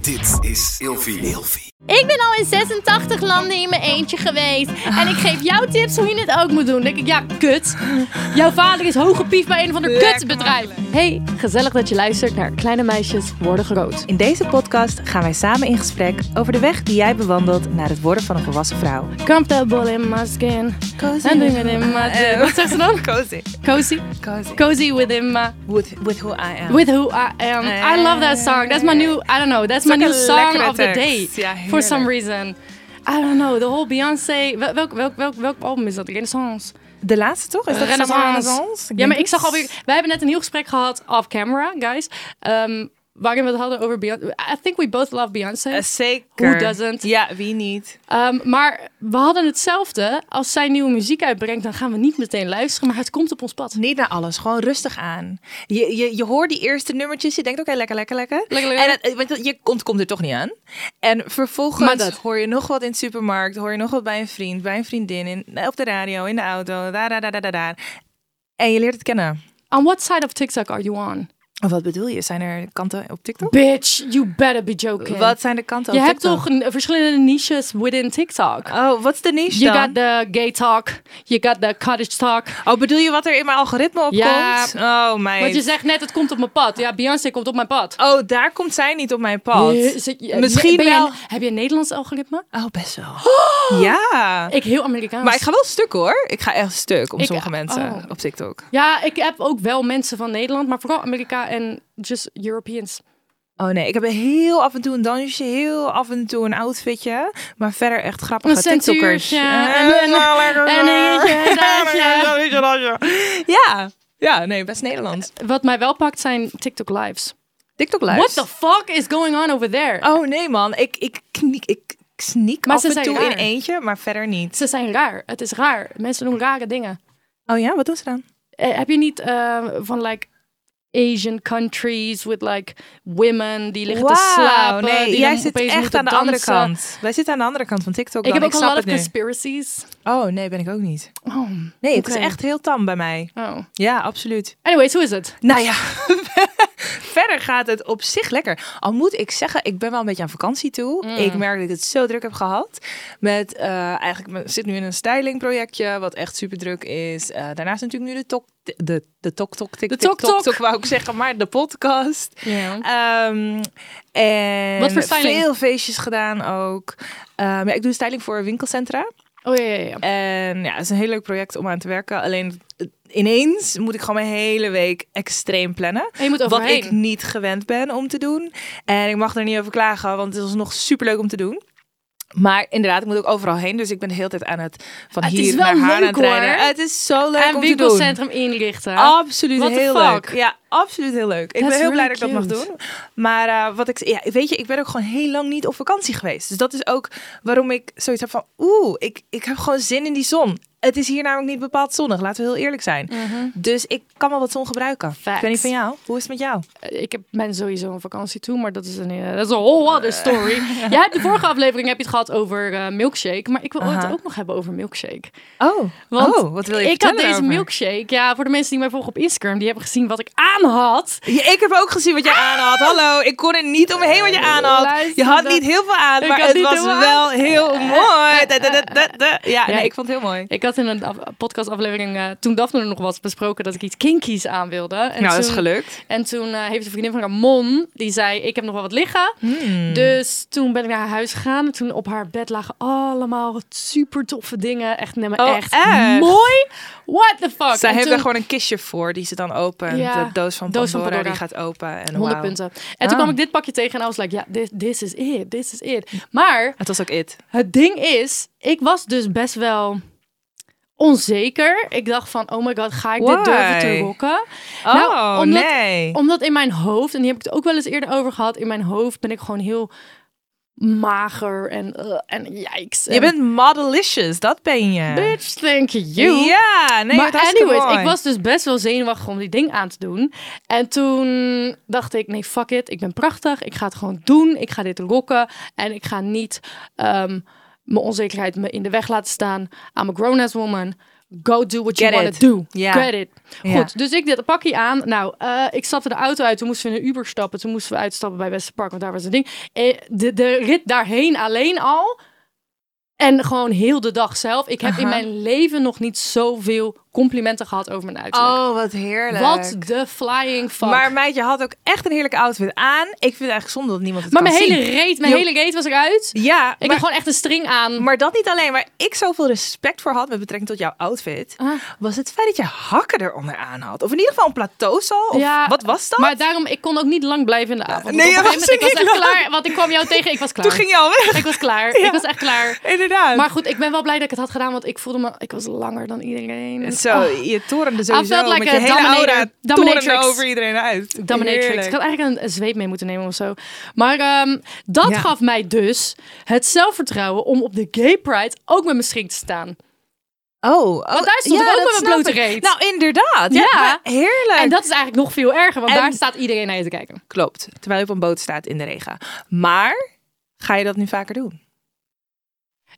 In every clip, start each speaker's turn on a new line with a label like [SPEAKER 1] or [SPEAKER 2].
[SPEAKER 1] Dit is Ilfie. Ilfie.
[SPEAKER 2] Ik ben al in 86 landen in mijn eentje geweest. En ik geef jou tips hoe je het ook moet doen. Dan denk ik, ja, kut. Jouw vader is hoge pief bij een van de kutbedrijven. Hey, gezellig dat je luistert naar Kleine Meisjes Worden Groot.
[SPEAKER 3] In deze podcast gaan wij samen in gesprek over de weg die jij bewandelt naar het worden van een volwassen vrouw.
[SPEAKER 2] Comfortable in my skin. And within my... Eh,
[SPEAKER 3] Eh,
[SPEAKER 2] Wat zegt ze dan?
[SPEAKER 3] Cozy.
[SPEAKER 2] Cozy.
[SPEAKER 3] Cozy.
[SPEAKER 2] Cozy within my...
[SPEAKER 3] With, with who I am.
[SPEAKER 2] With who I am. I love that song. That's my new, I don't know, that's my
[SPEAKER 3] ook
[SPEAKER 2] new
[SPEAKER 3] een
[SPEAKER 2] song
[SPEAKER 3] lekkere
[SPEAKER 2] of the day.
[SPEAKER 3] tekst. Ja,
[SPEAKER 2] for
[SPEAKER 3] heerlijk.
[SPEAKER 2] some reason. I don't know, the whole Beyoncé. Wel- Welk, welk, welk, welk album is dat? Renaissance.
[SPEAKER 3] De laatste toch? Is dat
[SPEAKER 2] Eh, Renaissance. Ja,
[SPEAKER 3] denk
[SPEAKER 2] maar ik
[SPEAKER 3] het.
[SPEAKER 2] zag alweer. Wij hebben net een heel gesprek gehad off camera, guys. ehm, waarin we het hadden over Beyoncé. I think we both love Beyoncé.
[SPEAKER 3] Eh, zeker.
[SPEAKER 2] Who doesn't?
[SPEAKER 3] Ja, wie niet?
[SPEAKER 2] Ehm, maar we hadden hetzelfde. Als zij nieuwe muziek uitbrengt, dan gaan we niet meteen luisteren. Maar het komt op ons pad.
[SPEAKER 3] Niet naar alles, gewoon rustig aan. Je, je, je hoort die eerste nummertjes, je denkt oké, lekker, lekker, lekker.
[SPEAKER 2] Lekker, lekker.
[SPEAKER 3] En het- eh, want je ontkomt er toch niet aan. En vervolgens
[SPEAKER 2] Maar dat-
[SPEAKER 3] hoor je nog wat in de supermarkt, hoor je nog wat bij een vriend, bij een vriendin, in, op de radio, in de auto, daar, daar, daar, daar, daar, daar. En je leert het kennen.
[SPEAKER 2] On what side of TikTok are you on?
[SPEAKER 3] Of wat bedoel je? Zijn er kanten op TikTok?
[SPEAKER 2] Bitch, you better be joking.
[SPEAKER 3] Wat zijn de kanten
[SPEAKER 2] Je
[SPEAKER 3] op
[SPEAKER 2] hebt
[SPEAKER 3] TikTok?
[SPEAKER 2] toch een- eh, verschillende niches within TikTok?
[SPEAKER 3] Oh, wat is de niche
[SPEAKER 2] You
[SPEAKER 3] dan?
[SPEAKER 2] got the gay talk, you got the cottage talk.
[SPEAKER 3] Oh, bedoel je wat er in mijn algoritme opkomt?
[SPEAKER 2] Ja.
[SPEAKER 3] Oh, mijn...
[SPEAKER 2] Want je zegt net, het komt op mijn pad. Ja, Beyoncé komt op mijn pad.
[SPEAKER 3] Oh, daar komt zij niet op mijn pad.
[SPEAKER 2] Je- ze- je-
[SPEAKER 3] Misschien
[SPEAKER 2] ben jij-
[SPEAKER 3] wel...
[SPEAKER 2] heb je een Nederlands algoritme?
[SPEAKER 3] Oh, best wel. Ja.
[SPEAKER 2] Ik heel Amerikaans.
[SPEAKER 3] Maar ik ga wel stuk hoor. Ik ga echt stuk om
[SPEAKER 2] Ik-
[SPEAKER 3] sommige mensen
[SPEAKER 2] oh.
[SPEAKER 3] op TikTok.
[SPEAKER 2] Ja, ik heb ook wel mensen van Nederland, maar vooral Amerika en just Europeans.
[SPEAKER 3] Oh nee, ik heb heel af en toe een dansje, heel af en toe een outfitje. Maar verder echt grappige
[SPEAKER 2] Een
[SPEAKER 3] TikTokkers.
[SPEAKER 2] centuurtje
[SPEAKER 3] Eh,
[SPEAKER 2] en een-
[SPEAKER 3] nou, lekker
[SPEAKER 2] en een
[SPEAKER 3] zo.
[SPEAKER 2] eentje, een dansje.
[SPEAKER 3] Ja, een dansje. Ja, ja, nee, best Nederlands.
[SPEAKER 2] Wat mij wel pakt zijn TikTok lives.
[SPEAKER 3] TikTok live.
[SPEAKER 2] What the fuck is going on over there?
[SPEAKER 3] Oh nee man, ik, ik, kniek, ik sneak
[SPEAKER 2] Maar
[SPEAKER 3] af
[SPEAKER 2] ze
[SPEAKER 3] en
[SPEAKER 2] zijn
[SPEAKER 3] toe in
[SPEAKER 2] raar.
[SPEAKER 3] eentje, maar verder niet.
[SPEAKER 2] Ze zijn raar. Het is raar. Mensen doen rare dingen.
[SPEAKER 3] Oh ja, wat doen ze dan?
[SPEAKER 2] Eh, heb je niet eh, van like Asian countries with like women die liggen te slapen?
[SPEAKER 3] nee,
[SPEAKER 2] die
[SPEAKER 3] jij
[SPEAKER 2] dan
[SPEAKER 3] zit
[SPEAKER 2] opeens
[SPEAKER 3] echt
[SPEAKER 2] moeten
[SPEAKER 3] aan de andere
[SPEAKER 2] dansen?
[SPEAKER 3] kant. Wij zitten aan de andere kant van TikTok
[SPEAKER 2] Ik
[SPEAKER 3] dan.
[SPEAKER 2] heb ook
[SPEAKER 3] ik
[SPEAKER 2] een
[SPEAKER 3] snap
[SPEAKER 2] lot
[SPEAKER 3] het
[SPEAKER 2] of
[SPEAKER 3] nu.
[SPEAKER 2] conspiracies.
[SPEAKER 3] Oh nee, ben ik ook niet.
[SPEAKER 2] Oh,
[SPEAKER 3] Nee, het
[SPEAKER 2] Oké.
[SPEAKER 3] is echt heel tam bij mij.
[SPEAKER 2] oh.
[SPEAKER 3] Ja, absoluut.
[SPEAKER 2] Anyways, hoe is het?
[SPEAKER 3] Nou ja, verder gaat het op zich lekker. Al moet ik zeggen, ik ben wel een beetje aan vakantie toe.
[SPEAKER 2] Mm.
[SPEAKER 3] Ik merk dat ik het zo druk heb gehad. Met, eh, eigenlijk ik zit nu in een stylingprojectje, wat echt super druk is. Eh, daarnaast natuurlijk nu de tok, de, de tok tok tik
[SPEAKER 2] De
[SPEAKER 3] tik,
[SPEAKER 2] tok,
[SPEAKER 3] tok
[SPEAKER 2] tok.
[SPEAKER 3] tok, wou ik zeggen, maar de podcast.
[SPEAKER 2] Ja.
[SPEAKER 3] Ehm, en
[SPEAKER 2] Wat voor styling?
[SPEAKER 3] veel feestjes gedaan ook. Ehm, ja, ik doe styling voor winkelcentra.
[SPEAKER 2] Oh ja, ja, ja.
[SPEAKER 3] En ja, het is een heel leuk project om aan te werken. Alleen eh, ineens moet ik gewoon mijn hele week extreem plannen.
[SPEAKER 2] En je moet
[SPEAKER 3] Wat
[SPEAKER 2] overheen.
[SPEAKER 3] ik niet gewend ben om te doen. En ik mag er niet over klagen, want het is nog superleuk om te doen. Maar inderdaad, ik moet ook overal heen. Dus ik ben de hele tijd aan het van
[SPEAKER 2] Het is
[SPEAKER 3] hier
[SPEAKER 2] wel
[SPEAKER 3] naar haar aan
[SPEAKER 2] leuk,
[SPEAKER 3] het rijden.
[SPEAKER 2] hoor.
[SPEAKER 3] Het is zo leuk
[SPEAKER 2] en
[SPEAKER 3] om te doen. Ah.
[SPEAKER 2] winkelcentrum inrichten.
[SPEAKER 3] Absoluut
[SPEAKER 2] What the
[SPEAKER 3] heel
[SPEAKER 2] fuck?
[SPEAKER 3] leuk. Ja, absoluut heel leuk. Ik
[SPEAKER 2] That's
[SPEAKER 3] ben heel blij
[SPEAKER 2] really
[SPEAKER 3] dat ik dat mag
[SPEAKER 2] cute.
[SPEAKER 3] doen. Maar eh, wat ik, ja, weet je, ik ben ook gewoon heel lang niet op vakantie geweest. Dus dat is ook waarom ik zoiets heb van, oeh, ik, ik heb gewoon zin in die zon. Het is hier namelijk niet bepaald zonnig, laten we heel eerlijk zijn.
[SPEAKER 2] Eh,
[SPEAKER 3] Dus ik kan wel wat zon gebruiken. Ik
[SPEAKER 2] Facts.
[SPEAKER 3] weet niet van jou. Hoe is het met jou?
[SPEAKER 2] Ik heb, ben sowieso een vakantie toe, maar dat is een, eh, dat is een whole other story. Jij hebt de vorige aflevering heb je het gehad over eh, milkshake, maar ik wil het
[SPEAKER 3] Aha.
[SPEAKER 2] ook nog hebben over milkshake.
[SPEAKER 3] Oh,
[SPEAKER 2] Want
[SPEAKER 3] oh wat wil je
[SPEAKER 2] ik had
[SPEAKER 3] vertellen
[SPEAKER 2] deze
[SPEAKER 3] daarover?
[SPEAKER 2] milkshake, ja, voor de mensen die mij volgen op Instagram, die hebben gezien wat ik aan had.
[SPEAKER 3] Ja, ik heb ook gezien wat
[SPEAKER 2] Ah!
[SPEAKER 3] jij aan had. Hallo, ik kon er niet omheen wat je aan had. Je
[SPEAKER 2] Luister,
[SPEAKER 3] had
[SPEAKER 2] dat-
[SPEAKER 3] niet heel veel aan,
[SPEAKER 2] Ik
[SPEAKER 3] maar
[SPEAKER 2] had
[SPEAKER 3] het
[SPEAKER 2] niet
[SPEAKER 3] was
[SPEAKER 2] heel veel
[SPEAKER 3] wel heel mooi. Da, da, da, da, da. Ja,
[SPEAKER 2] Ja.
[SPEAKER 3] nee, ik vond het heel mooi.
[SPEAKER 2] Ik had in een af- podcastaflevering, eh, toen Daphne er nog was, besproken dat ik iets kinkies aan wilde. En
[SPEAKER 3] nou, dat is
[SPEAKER 2] toen-
[SPEAKER 3] gelukt.
[SPEAKER 2] En toen eh, heeft een vriendin van Ramon, die zei, ik heb nog wel wat liggen.
[SPEAKER 3] Mm.
[SPEAKER 2] Dus toen ben ik naar haar huis gegaan. En toen op haar bed lagen allemaal super toffe dingen. Echt, nee, maar
[SPEAKER 3] Oh,
[SPEAKER 2] echt,
[SPEAKER 3] echt?
[SPEAKER 2] mooi. What the fuck.
[SPEAKER 3] Zij
[SPEAKER 2] En
[SPEAKER 3] heeft
[SPEAKER 2] toen-
[SPEAKER 3] daar gewoon een kistje voor die ze dan opent.
[SPEAKER 2] Ja,
[SPEAKER 3] De doos van
[SPEAKER 2] doos
[SPEAKER 3] Pandora,
[SPEAKER 2] van
[SPEAKER 3] die
[SPEAKER 2] Pandora.
[SPEAKER 3] gaat open. En
[SPEAKER 2] 100
[SPEAKER 3] wauw.
[SPEAKER 2] punten. En toen
[SPEAKER 3] Ah.
[SPEAKER 2] kwam ik dit pakje tegen en I was like, ja, this, this is it, this is it. Maar
[SPEAKER 3] Het was ook it.
[SPEAKER 2] het ding is, ik was dus best wel onzeker. Ik dacht van, oh my god, ga ik dit
[SPEAKER 3] Why?
[SPEAKER 2] durven te rocken?
[SPEAKER 3] Oh,
[SPEAKER 2] Nou, omdat-
[SPEAKER 3] nee.
[SPEAKER 2] Omdat in mijn hoofd, en die heb ik het ook wel eens eerder over gehad, in mijn hoofd ben ik gewoon heel mager en, eh, en yikes.
[SPEAKER 3] Je bent modelicious, dat ben je.
[SPEAKER 2] bitch, thank you.
[SPEAKER 3] Ja, nee,
[SPEAKER 2] maar
[SPEAKER 3] dat is
[SPEAKER 2] anyways,
[SPEAKER 3] mooi.
[SPEAKER 2] ik was dus best wel zenuwachtig om die ding aan te doen. En toen dacht ik, nee, fuck it, ik ben prachtig, ik ga het gewoon doen, ik ga dit rocken en ik ga niet ehm, mijn onzekerheid me in de weg laten staan. I'm a grown-ass woman. go do what
[SPEAKER 3] Get
[SPEAKER 2] you want
[SPEAKER 3] it.
[SPEAKER 2] to do.
[SPEAKER 3] Ja.
[SPEAKER 2] Get it. Goed,
[SPEAKER 3] Ja.
[SPEAKER 2] dus ik dit pakje aan. Nou, eh, ik stapte de auto uit. Toen moesten we in een Uber stappen. Toen moesten we uitstappen bij Westerpark, want daar was het ding. Eh, de, de rit daarheen alleen al. En gewoon heel de dag zelf. Ik heb in
[SPEAKER 3] Aha.
[SPEAKER 2] mijn leven nog niet zoveel complimenten gehad over mijn uiterlijk.
[SPEAKER 3] Oh, wat heerlijk.
[SPEAKER 2] Wat de flying fuck.
[SPEAKER 3] Maar
[SPEAKER 2] Maar,
[SPEAKER 3] meid, je had ook echt een heerlijke outfit aan. Ik vind het eigenlijk zonde dat niemand het
[SPEAKER 2] maar
[SPEAKER 3] kan
[SPEAKER 2] mijn hele
[SPEAKER 3] zien.
[SPEAKER 2] reet, mijn
[SPEAKER 3] Jo.
[SPEAKER 2] hele reet was eruit.
[SPEAKER 3] Ja,
[SPEAKER 2] Ik
[SPEAKER 3] maar,
[SPEAKER 2] heb gewoon echt een string aan.
[SPEAKER 3] maar dat niet alleen. Waar ik zoveel respect voor had met betrekking tot jouw outfit...
[SPEAKER 2] Ah.
[SPEAKER 3] was het feit dat je hakken eronder aan had. Of in ieder geval een plateausal. Of
[SPEAKER 2] Ja,
[SPEAKER 3] wat was dat?
[SPEAKER 2] Maar daarom, ik kon ook niet lang blijven in de avond.
[SPEAKER 3] Nee,
[SPEAKER 2] Nee, op
[SPEAKER 3] jij
[SPEAKER 2] een gegeven
[SPEAKER 3] was
[SPEAKER 2] moment, ik was
[SPEAKER 3] er
[SPEAKER 2] echt
[SPEAKER 3] niet lang.
[SPEAKER 2] klaar. Want ik kwam jou tegen, ik was klaar.
[SPEAKER 3] Toen ging je al weg.
[SPEAKER 2] Ik was klaar.
[SPEAKER 3] Ja.
[SPEAKER 2] Ik was echt klaar.
[SPEAKER 3] Inderdaad.
[SPEAKER 2] Maar goed, ik ben wel blij dat ik het had gedaan, want ik voelde me... Ik was langer dan iedereen. En-
[SPEAKER 3] Zo,
[SPEAKER 2] oh,
[SPEAKER 3] je torende
[SPEAKER 2] I felt
[SPEAKER 3] sowieso
[SPEAKER 2] like
[SPEAKER 3] met
[SPEAKER 2] a
[SPEAKER 3] je hele
[SPEAKER 2] dominator-
[SPEAKER 3] aura
[SPEAKER 2] dominatrix.
[SPEAKER 3] torende over iedereen uit.
[SPEAKER 2] dominatrix.
[SPEAKER 3] Heerlijk.
[SPEAKER 2] Ik had eigenlijk een, een zweep mee moeten nemen of zo. Maar ehm, dat
[SPEAKER 3] Ja.
[SPEAKER 2] gaf mij dus het zelfvertrouwen om op de Gay Pride ook met mijn string te staan.
[SPEAKER 3] Oh, oh,
[SPEAKER 2] daar stond ik ook met
[SPEAKER 3] dat
[SPEAKER 2] mijn
[SPEAKER 3] snap
[SPEAKER 2] blote
[SPEAKER 3] ik.
[SPEAKER 2] reet.
[SPEAKER 3] Nou, inderdaad. Ja,
[SPEAKER 2] Ja.
[SPEAKER 3] maar heerlijk.
[SPEAKER 2] En dat is eigenlijk nog veel erger, want
[SPEAKER 3] En-
[SPEAKER 2] daar staat iedereen naar je te kijken.
[SPEAKER 3] Klopt, terwijl je op een boot staat in de regen. Maar ga je dat nu vaker doen?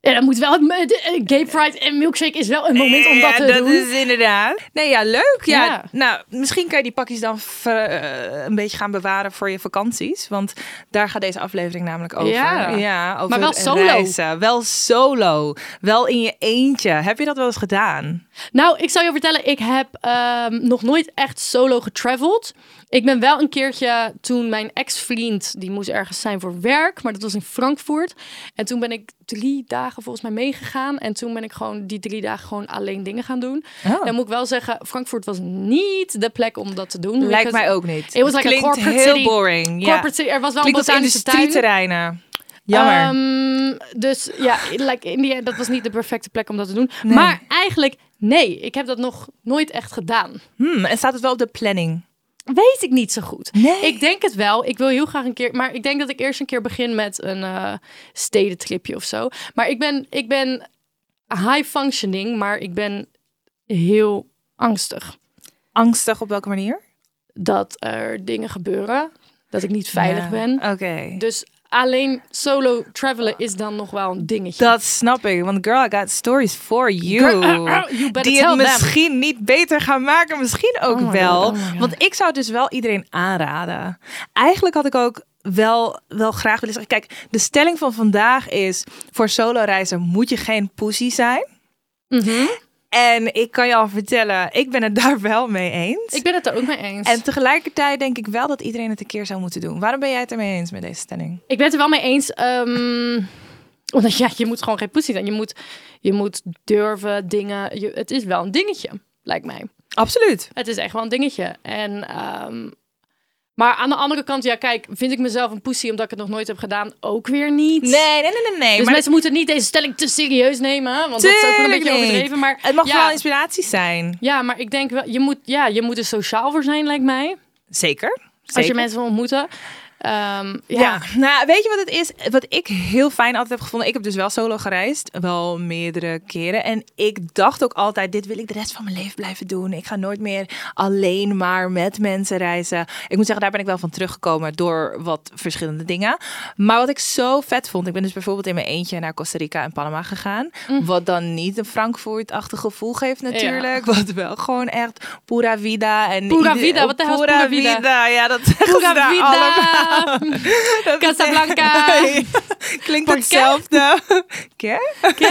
[SPEAKER 2] En dan moet wel... het- de- Gay Pride en milkshake is wel een moment om dat te doen.
[SPEAKER 3] inderdaad. Nee, ja, leuk. Ja.
[SPEAKER 2] Ja.
[SPEAKER 3] Nou, misschien kan je die pakjes dan ver- eh, een beetje gaan bewaren voor je vakanties. Want daar gaat deze aflevering namelijk over.
[SPEAKER 2] Ja.
[SPEAKER 3] over
[SPEAKER 2] Maar wel
[SPEAKER 3] het
[SPEAKER 2] solo.
[SPEAKER 3] reizen. Wel solo. Wel in je eentje. Heb je dat wel eens gedaan?
[SPEAKER 2] Nou, ik zal je vertellen, ik heb ehm, nog nooit echt solo getraveld. Ik ben wel een keertje toen mijn ex-vriend, die moest ergens zijn voor werk, maar dat was in Frankfurt. En toen ben ik drie dagen volgens mij meegegaan. En toen ben ik gewoon die drie dagen gewoon alleen dingen gaan doen.
[SPEAKER 3] Oh.
[SPEAKER 2] Dan moet ik wel zeggen, Frankfurt was niet de plek om dat te doen.
[SPEAKER 3] Lijkt
[SPEAKER 2] Because
[SPEAKER 3] mij ook niet.
[SPEAKER 2] It was like
[SPEAKER 3] Klinkt
[SPEAKER 2] a corporate
[SPEAKER 3] heel
[SPEAKER 2] city.
[SPEAKER 3] boring. ja.
[SPEAKER 2] Corporate city. Er was wel
[SPEAKER 3] Klinkt
[SPEAKER 2] een
[SPEAKER 3] als
[SPEAKER 2] botanische tuin.
[SPEAKER 3] industrieterreinen. Jammer.
[SPEAKER 2] Ehm, dus ja, like in die end, dat was niet de perfecte plek om dat te doen. Maar eigenlijk, nee, ik heb dat nog nooit echt gedaan.
[SPEAKER 3] Hmm, en staat het wel op de planning?
[SPEAKER 2] Weet ik niet zo goed.
[SPEAKER 3] Nee.
[SPEAKER 2] Ik denk het wel. Ik wil heel graag een keer. Maar ik denk dat ik eerst een keer begin met een eh, stedentripje of zo. Maar ik ben, ik ben high functioning, maar ik ben heel angstig
[SPEAKER 3] Angstig op welke manier?
[SPEAKER 2] dat er dingen gebeuren. Dat ik niet veilig
[SPEAKER 3] Ja,
[SPEAKER 2] ben.
[SPEAKER 3] Oké.
[SPEAKER 2] Dus alleen solo travelen is dan nog wel een dingetje.
[SPEAKER 3] Dat snap ik, want girl, I got stories for you.
[SPEAKER 2] Girl, oh, oh, you better
[SPEAKER 3] die het
[SPEAKER 2] tell them.
[SPEAKER 3] misschien niet beter gaan maken, misschien ook
[SPEAKER 2] Oh my
[SPEAKER 3] wel.
[SPEAKER 2] God, oh my God.
[SPEAKER 3] want ik zou het dus wel iedereen aanraden. Eigenlijk had ik ook wel, wel graag willen zeggen. Kijk, de stelling van vandaag is: voor solo reizen moet je geen poesie zijn.
[SPEAKER 2] Mhm.
[SPEAKER 3] En ik kan je al vertellen, ik ben het daar wel mee eens.
[SPEAKER 2] Ik ben het er ook mee eens.
[SPEAKER 3] En tegelijkertijd denk ik wel dat iedereen het een keer zou moeten doen. Waarom ben jij het ermee eens met deze stelling?
[SPEAKER 2] Ik ben het er wel mee eens. ehm, omdat ja, je moet gewoon geen poesie zijn. Je moet, je moet durven dingen. Je, het is wel een dingetje, lijkt mij.
[SPEAKER 3] Absoluut.
[SPEAKER 2] Het is echt wel een dingetje. En, ehm, maar aan de andere kant, ja, kijk, vind ik mezelf een poesie omdat ik het nog nooit heb gedaan? Ook weer niet.
[SPEAKER 3] Nee, nee, nee, nee. nee.
[SPEAKER 2] Dus
[SPEAKER 3] maar
[SPEAKER 2] mensen moeten niet deze stelling te serieus nemen, hè, want dat is ook wel een
[SPEAKER 3] Tuurlijk
[SPEAKER 2] beetje
[SPEAKER 3] niet.
[SPEAKER 2] overdreven. Maar
[SPEAKER 3] het mag
[SPEAKER 2] ja,
[SPEAKER 3] vooral inspiratie zijn.
[SPEAKER 2] Ja, maar ik denk wel, je moet, ja, je moet er sociaal voor zijn, lijkt mij.
[SPEAKER 3] Zeker.
[SPEAKER 2] Als je
[SPEAKER 3] Zeker.
[SPEAKER 2] mensen wil ontmoeten. Ehm,
[SPEAKER 3] Ja.
[SPEAKER 2] ja.
[SPEAKER 3] nou ja, weet je wat het is? Wat ik heel fijn altijd heb gevonden. Ik heb dus wel solo gereisd, wel meerdere keren. En ik dacht ook altijd: dit wil ik de rest van mijn leven blijven doen. Ik ga nooit meer alleen maar met mensen reizen. Ik moet zeggen, daar ben ik wel van teruggekomen door wat verschillende dingen. Maar wat ik zo vet vond, ik ben dus bijvoorbeeld in mijn eentje naar Costa Rica en Panama gegaan.
[SPEAKER 2] Mm.
[SPEAKER 3] Wat dan niet een Frankfurt-achtig gevoel geeft, natuurlijk. Wat wel gewoon echt pura vida. En
[SPEAKER 2] Pura
[SPEAKER 3] ieder-
[SPEAKER 2] vida, wat de hel is pura vida?
[SPEAKER 3] Ja, dat zeggen ze
[SPEAKER 2] Pura
[SPEAKER 3] daar
[SPEAKER 2] vida.
[SPEAKER 3] allemaal. Dat
[SPEAKER 2] Casablanca.
[SPEAKER 3] betekent- Klinkt
[SPEAKER 2] Por qué?
[SPEAKER 3] hetzelfde. Ké? eh,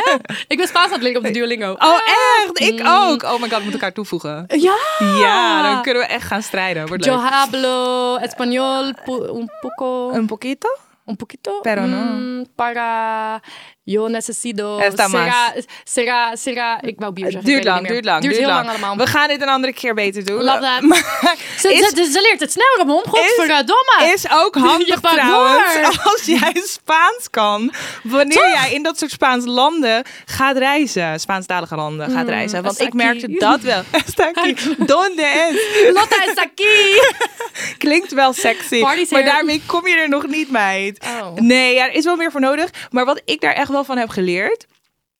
[SPEAKER 2] Ik ben Spaans aan het leren op de Duolingo.
[SPEAKER 3] Oh, echt? Ik ook. Oh my god, we moeten elkaar toevoegen.
[SPEAKER 2] Ja! Ah.
[SPEAKER 3] Ja, dan kunnen we echt gaan strijden. Wordt
[SPEAKER 2] Yo
[SPEAKER 3] leuk.
[SPEAKER 2] hablo español pu- un poco,
[SPEAKER 3] Een poquito?
[SPEAKER 2] un poquito.
[SPEAKER 3] Pero no.
[SPEAKER 2] mm, para, yo necesito.
[SPEAKER 3] Está
[SPEAKER 2] será,
[SPEAKER 3] más. Eh,
[SPEAKER 2] será, será. Ik wou bio zeggen. ik weet het
[SPEAKER 3] Duurt lang,
[SPEAKER 2] niet meer.
[SPEAKER 3] duurt lang.
[SPEAKER 2] Duurt heel lang,
[SPEAKER 3] We
[SPEAKER 2] allemaal.
[SPEAKER 3] gaan dit een andere keer beter doen.
[SPEAKER 2] Love that.
[SPEAKER 3] Maar
[SPEAKER 2] Ze,
[SPEAKER 3] is-
[SPEAKER 2] ze, ze leert het sneller om, godverdomme.
[SPEAKER 3] Is ook handig
[SPEAKER 2] Je pakt
[SPEAKER 3] trouwens
[SPEAKER 2] door.
[SPEAKER 3] als jij Spaans kan. Wanneer jij in dat soort Spaans landen gaat reizen. Spaanstalige landen
[SPEAKER 2] Hmm,
[SPEAKER 3] gaat reizen. Want ik
[SPEAKER 2] aquí.
[SPEAKER 3] merkte dat wel. Está aquí. Donde es?
[SPEAKER 2] Lotta is aquí.
[SPEAKER 3] Klinkt wel sexy.
[SPEAKER 2] Party's
[SPEAKER 3] maar
[SPEAKER 2] here.
[SPEAKER 3] daarmee kom je er nog niet, meid.
[SPEAKER 2] Oh.
[SPEAKER 3] Nee, ja, er is wel meer voor nodig. Maar wat ik daar echt wel van heb geleerd...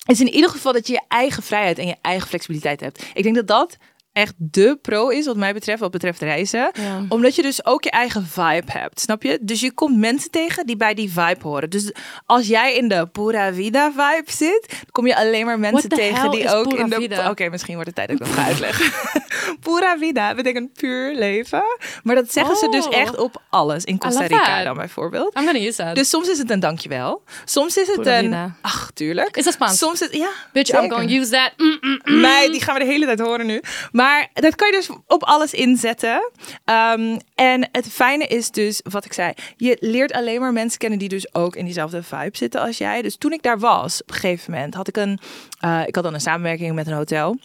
[SPEAKER 3] is in ieder geval dat je je eigen vrijheid en je eigen flexibiliteit hebt. Ik denk dat dat echt de pro is, wat mij betreft, wat betreft reizen.
[SPEAKER 2] Ja.
[SPEAKER 3] Omdat je dus ook je eigen vibe hebt, snap je? Dus je komt mensen tegen die bij die vibe horen. Dus als jij in de pura vida vibe zit, dan kom je alleen maar mensen
[SPEAKER 2] the
[SPEAKER 3] tegen
[SPEAKER 2] hell
[SPEAKER 3] die
[SPEAKER 2] is
[SPEAKER 3] ook
[SPEAKER 2] pura
[SPEAKER 3] in de...
[SPEAKER 2] vida?
[SPEAKER 3] Oké, misschien wordt het tijd dat ik dat ga uitleggen. pura vida betekent puur leven. Maar dat zeggen ze dus
[SPEAKER 2] Oh.
[SPEAKER 3] echt op alles. In Costa
[SPEAKER 2] love
[SPEAKER 3] Rica
[SPEAKER 2] that.
[SPEAKER 3] dan bijvoorbeeld.
[SPEAKER 2] I'm gonna use that.
[SPEAKER 3] Dus soms is het een dankjewel. Soms is het
[SPEAKER 2] Pura
[SPEAKER 3] een...
[SPEAKER 2] vida.
[SPEAKER 3] Ach, tuurlijk.
[SPEAKER 2] Is dat Spaans?
[SPEAKER 3] Soms is... Ja,
[SPEAKER 2] Bitch, I'm
[SPEAKER 3] zeker.
[SPEAKER 2] gonna use that. Mm, mm.
[SPEAKER 3] Mij, die gaan we de hele tijd horen nu. Maar dat kan je dus op alles inzetten. Ehm, en het fijne is dus, wat ik zei, je leert alleen maar mensen kennen die dus ook in diezelfde vibe zitten als jij. Dus toen ik daar was, op een gegeven moment, had ik een, eh, ik had dan een samenwerking met een hotel.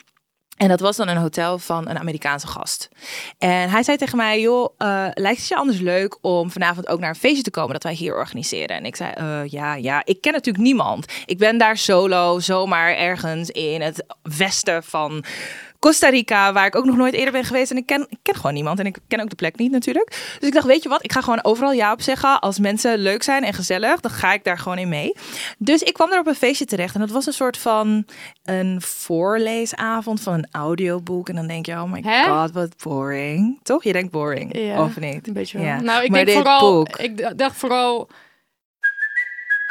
[SPEAKER 3] En dat was dan een hotel van een Amerikaanse gast. En hij zei tegen mij, joh, eh, lijkt het je anders leuk om vanavond ook naar een feestje te komen dat wij hier organiseren? En ik zei, "Eh, ja, ja, ik ken natuurlijk niemand. Ik ben daar solo, zomaar ergens in het westen van Costa Rica, waar ik ook nog nooit eerder ben geweest. En ik ken, ik ken gewoon niemand en ik ken ook de plek niet natuurlijk. Dus ik dacht, weet je wat, ik ga gewoon overal ja op zeggen. Als mensen leuk zijn en gezellig, dan ga ik daar gewoon in mee. Dus ik kwam daar op een feestje terecht en dat was een soort van een voorleesavond van een audioboek. En dan denk je, oh my
[SPEAKER 2] Hè?
[SPEAKER 3] god, wat boring. Toch? Je denkt boring,
[SPEAKER 2] Ja,
[SPEAKER 3] of niet?
[SPEAKER 2] Een beetje wel.
[SPEAKER 3] Ja.
[SPEAKER 2] Nou, ik denk
[SPEAKER 3] maar dit
[SPEAKER 2] vooral...
[SPEAKER 3] boek,
[SPEAKER 2] Ik d- dacht vooral...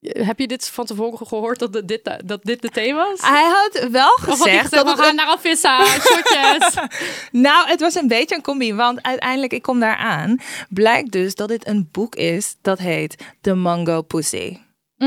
[SPEAKER 2] Heb je dit van tevoren gehoord, dat dit, dat dit de thema was?
[SPEAKER 3] Hij had wel
[SPEAKER 2] Of had je
[SPEAKER 3] gezegd
[SPEAKER 2] gezegd,
[SPEAKER 3] dat
[SPEAKER 2] we
[SPEAKER 3] het
[SPEAKER 2] gaan
[SPEAKER 3] een
[SPEAKER 2] naar Alvissa, shotjes.
[SPEAKER 3] Nou, het was een beetje een combi, want uiteindelijk, ik kom daar aan, blijkt dus dat dit een boek is dat heet The Mango Pussy.
[SPEAKER 2] Hm?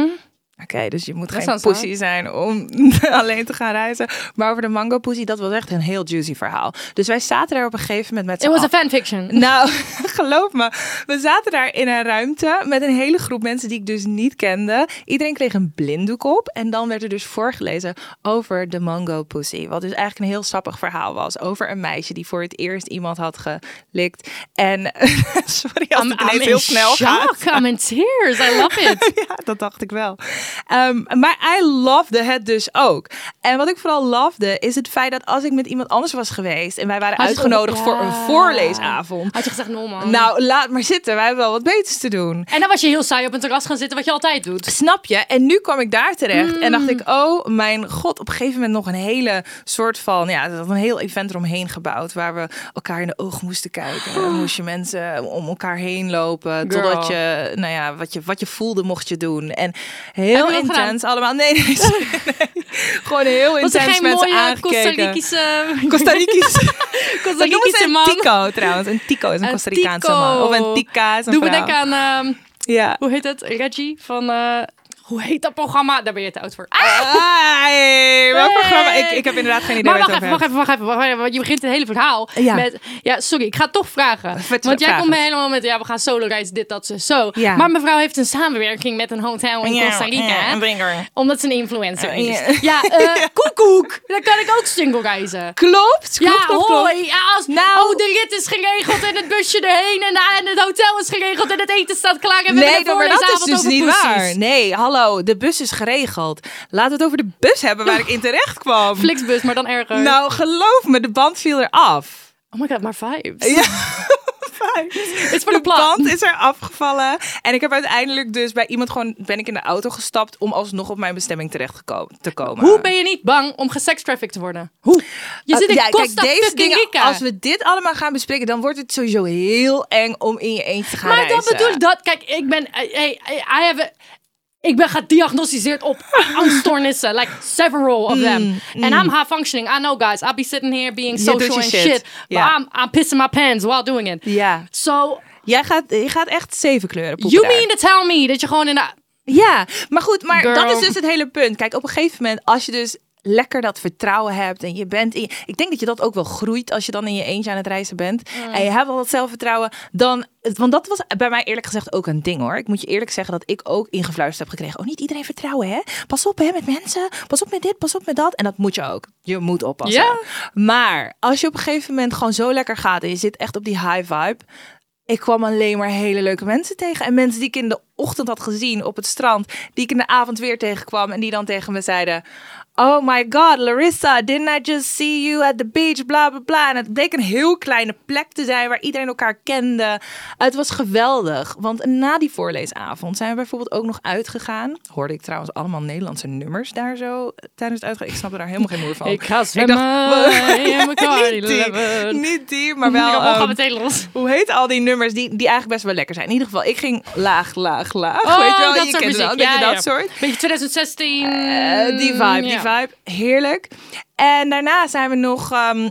[SPEAKER 3] Oké, dus je moet geen
[SPEAKER 2] sounds fun.
[SPEAKER 3] pussy zijn om alleen te gaan reizen. Maar over de Mango Pussy, dat was echt een heel juicy verhaal. Dus wij zaten daar op een gegeven moment met
[SPEAKER 2] It
[SPEAKER 3] z'n
[SPEAKER 2] was a
[SPEAKER 3] allen-
[SPEAKER 2] fanfiction.
[SPEAKER 3] nou, geloof me. We zaten daar in een ruimte met een hele groep mensen die ik dus niet kende. Iedereen kreeg een blinddoek op. En dan werd er dus voorgelezen over de Mango Pussy. Wat dus eigenlijk een heel sappig verhaal was. Over een meisje die voor het eerst iemand had gelikt. En sorry als het ineens heel snel gaat.
[SPEAKER 2] shock. I'm in tears. I love it.
[SPEAKER 3] Ja, dat dacht ik wel. Ehm, maar I loved het dus ook. En wat ik vooral lovede is het feit dat als ik met iemand anders was geweest... en wij waren
[SPEAKER 2] Had je het
[SPEAKER 3] uitgenodigd
[SPEAKER 2] ook-
[SPEAKER 3] voor een
[SPEAKER 2] Ja.
[SPEAKER 3] voorleesavond...
[SPEAKER 2] Had je gezegd, no man.
[SPEAKER 3] Nou, laat maar zitten. Wij hebben wel wat beters te doen.
[SPEAKER 2] En dan was je heel saai op een terras gaan zitten, wat je altijd doet.
[SPEAKER 3] Snap je? En nu kwam ik daar terecht.
[SPEAKER 2] Mm.
[SPEAKER 3] En dacht ik, oh mijn god, op een gegeven moment nog een hele soort van... Ja, er had een heel event eromheen gebouwd. Waar we elkaar in de ogen moesten kijken. En dan moest je mensen om elkaar heen lopen. Totdat je, nou ja, wat je, wat je voelde mocht je doen. En heel
[SPEAKER 2] dat
[SPEAKER 3] intens allemaal. Nee, nee, sorry, nee. Gewoon heel
[SPEAKER 2] Was er
[SPEAKER 3] intens
[SPEAKER 2] geen
[SPEAKER 3] mensen
[SPEAKER 2] mooie Costa
[SPEAKER 3] aangekeken.
[SPEAKER 2] Ricische...
[SPEAKER 3] Costa Rica's.
[SPEAKER 2] Costa
[SPEAKER 3] Dat noemen ze
[SPEAKER 2] Ricische
[SPEAKER 3] een
[SPEAKER 2] man?
[SPEAKER 3] tico trouwens. Een tico is een
[SPEAKER 2] Een
[SPEAKER 3] Costa Ricaanse
[SPEAKER 2] tico.
[SPEAKER 3] man. Of een tica is een
[SPEAKER 2] Doe me
[SPEAKER 3] vrouw.
[SPEAKER 2] denken aan... ehm,
[SPEAKER 3] Ja.
[SPEAKER 2] hoe heet het? Reggie van... eh, hoe heet dat programma? Daar ben je te oud voor. Ah!
[SPEAKER 3] Hey, welk
[SPEAKER 2] Hey.
[SPEAKER 3] programma? Ik, ik heb inderdaad geen idee
[SPEAKER 2] Maar
[SPEAKER 3] waar
[SPEAKER 2] wacht
[SPEAKER 3] je het
[SPEAKER 2] even, wacht
[SPEAKER 3] over
[SPEAKER 2] even, wacht even, wacht even, want je begint het hele verhaal
[SPEAKER 3] Ja.
[SPEAKER 2] met... Ja, sorry, ik ga het toch vragen.
[SPEAKER 3] Vertel-
[SPEAKER 2] want jij
[SPEAKER 3] vraag
[SPEAKER 2] komt me
[SPEAKER 3] het.
[SPEAKER 2] helemaal met, ja, we gaan solo reizen, dit, dat, zo, zo.
[SPEAKER 3] Ja.
[SPEAKER 2] Maar mevrouw heeft een samenwerking met een hotel in Costa Rica.
[SPEAKER 3] Ja, een bringer.
[SPEAKER 2] omdat ze een influencer is.
[SPEAKER 3] Ja.
[SPEAKER 2] Ja, eh koekoek. Dan kan ik ook single reizen.
[SPEAKER 3] Klopt, klopt,
[SPEAKER 2] Ja,
[SPEAKER 3] klopt, klopt.
[SPEAKER 2] hoi. Ja, als,
[SPEAKER 3] Nou.
[SPEAKER 2] Oh, de rit is geregeld en het busje erheen en, en het hotel is geregeld en het eten staat klaar. En we
[SPEAKER 3] Nee,
[SPEAKER 2] hebben
[SPEAKER 3] dan-
[SPEAKER 2] een
[SPEAKER 3] maar dat is
[SPEAKER 2] voorleesavond
[SPEAKER 3] dus
[SPEAKER 2] over
[SPEAKER 3] niet
[SPEAKER 2] poesies.
[SPEAKER 3] waar. Nee, hallo, de bus is geregeld. Laten we het over de bus hebben waar ik in terecht kwam.
[SPEAKER 2] Flixbus, maar dan erger.
[SPEAKER 3] Nou, geloof me, de band viel eraf.
[SPEAKER 2] Oh my god, maar vibes.
[SPEAKER 3] Ja.
[SPEAKER 2] Het is voor de, plan.
[SPEAKER 3] band is er afgevallen. En ik heb uiteindelijk dus bij iemand gewoon ben ik in de auto gestapt om alsnog op mijn bestemming terecht geko- te komen.
[SPEAKER 2] Hoe ben je niet bang om gesekstrafficked te worden? Hoe? Je zit in
[SPEAKER 3] Ah, ja, kijk,
[SPEAKER 2] Costa
[SPEAKER 3] deze
[SPEAKER 2] fucking
[SPEAKER 3] dingen,
[SPEAKER 2] Rica.
[SPEAKER 3] als we dit allemaal gaan bespreken, dan wordt het sowieso heel eng om in je eentje te gaan
[SPEAKER 2] maar dat
[SPEAKER 3] reizen.
[SPEAKER 2] bedoel ik. Dat, kijk, ik ben... eh, Hey, I have a- ik ben gediagnosticeerd op angststoornissen. Like several of them.
[SPEAKER 3] Mm,
[SPEAKER 2] And I'm high functioning. I know, guys. I'll be sitting here being
[SPEAKER 3] Je doet
[SPEAKER 2] social
[SPEAKER 3] je
[SPEAKER 2] and
[SPEAKER 3] shit.
[SPEAKER 2] shit. But
[SPEAKER 3] Ja.
[SPEAKER 2] I'm, I'm pissing my pants while doing it.
[SPEAKER 3] Ja.
[SPEAKER 2] So,
[SPEAKER 3] Jij gaat, je gaat echt zeven kleuren poepen
[SPEAKER 2] you
[SPEAKER 3] daar.
[SPEAKER 2] mean to tell me dat je gewoon in de...
[SPEAKER 3] Ja, maar goed, maar
[SPEAKER 2] Girl.
[SPEAKER 3] dat is dus het hele punt. Kijk, op een gegeven moment, als je dus lekker dat vertrouwen hebt. En je bent in. Ik denk dat je dat ook wel groeit als je dan in je eentje aan het reizen bent.
[SPEAKER 2] Mm.
[SPEAKER 3] En je hebt al dat zelfvertrouwen. Dan. Want dat was bij mij eerlijk gezegd ook een ding hoor. Ik moet je eerlijk zeggen dat ik ook ingefluisterd heb gekregen. Oh, niet iedereen vertrouwen hè. Pas op hè met mensen. Pas op met dit, pas op met dat. En dat moet je ook. Je moet oppassen.
[SPEAKER 2] Ja.
[SPEAKER 3] Maar als je op een gegeven moment gewoon zo lekker gaat en je zit echt op die high vibe. Ik kwam alleen maar hele leuke mensen tegen. En mensen die ik in de ochtend had gezien op het strand. Die ik in de avond weer tegenkwam. En die dan tegen me zeiden. Oh my god, Larissa, didn't I just see you at the beach? Bla bla bla. En het bleek een heel kleine plek te zijn waar iedereen elkaar kende. Het was geweldig. Want na die voorleesavond zijn we bijvoorbeeld ook nog uitgegaan. Hoorde ik trouwens allemaal Nederlandse nummers daar zo eh, tijdens het uitgaan. Ik snapte daar helemaal geen moer van.
[SPEAKER 2] Ik ga
[SPEAKER 3] Oh, dacht,
[SPEAKER 2] zwemmen in mijn
[SPEAKER 3] niet, die, niet die, maar wel.
[SPEAKER 2] Microfoon gaat
[SPEAKER 3] ehm,
[SPEAKER 2] meteen los.
[SPEAKER 3] hoe heet al die nummers die, die eigenlijk best wel lekker zijn? In ieder geval, ik ging laag, laag, laag.
[SPEAKER 2] Oh,
[SPEAKER 3] Weet je wel,
[SPEAKER 2] dat
[SPEAKER 3] je
[SPEAKER 2] soort muziek.
[SPEAKER 3] kent het wel, een beetje
[SPEAKER 2] Ja,
[SPEAKER 3] dat
[SPEAKER 2] ja.
[SPEAKER 3] soort.
[SPEAKER 2] Beetje 2016.
[SPEAKER 3] Eh, die vibe, die
[SPEAKER 2] ja.
[SPEAKER 3] vibe. Heerlijk. En daarna zijn we nog ehm,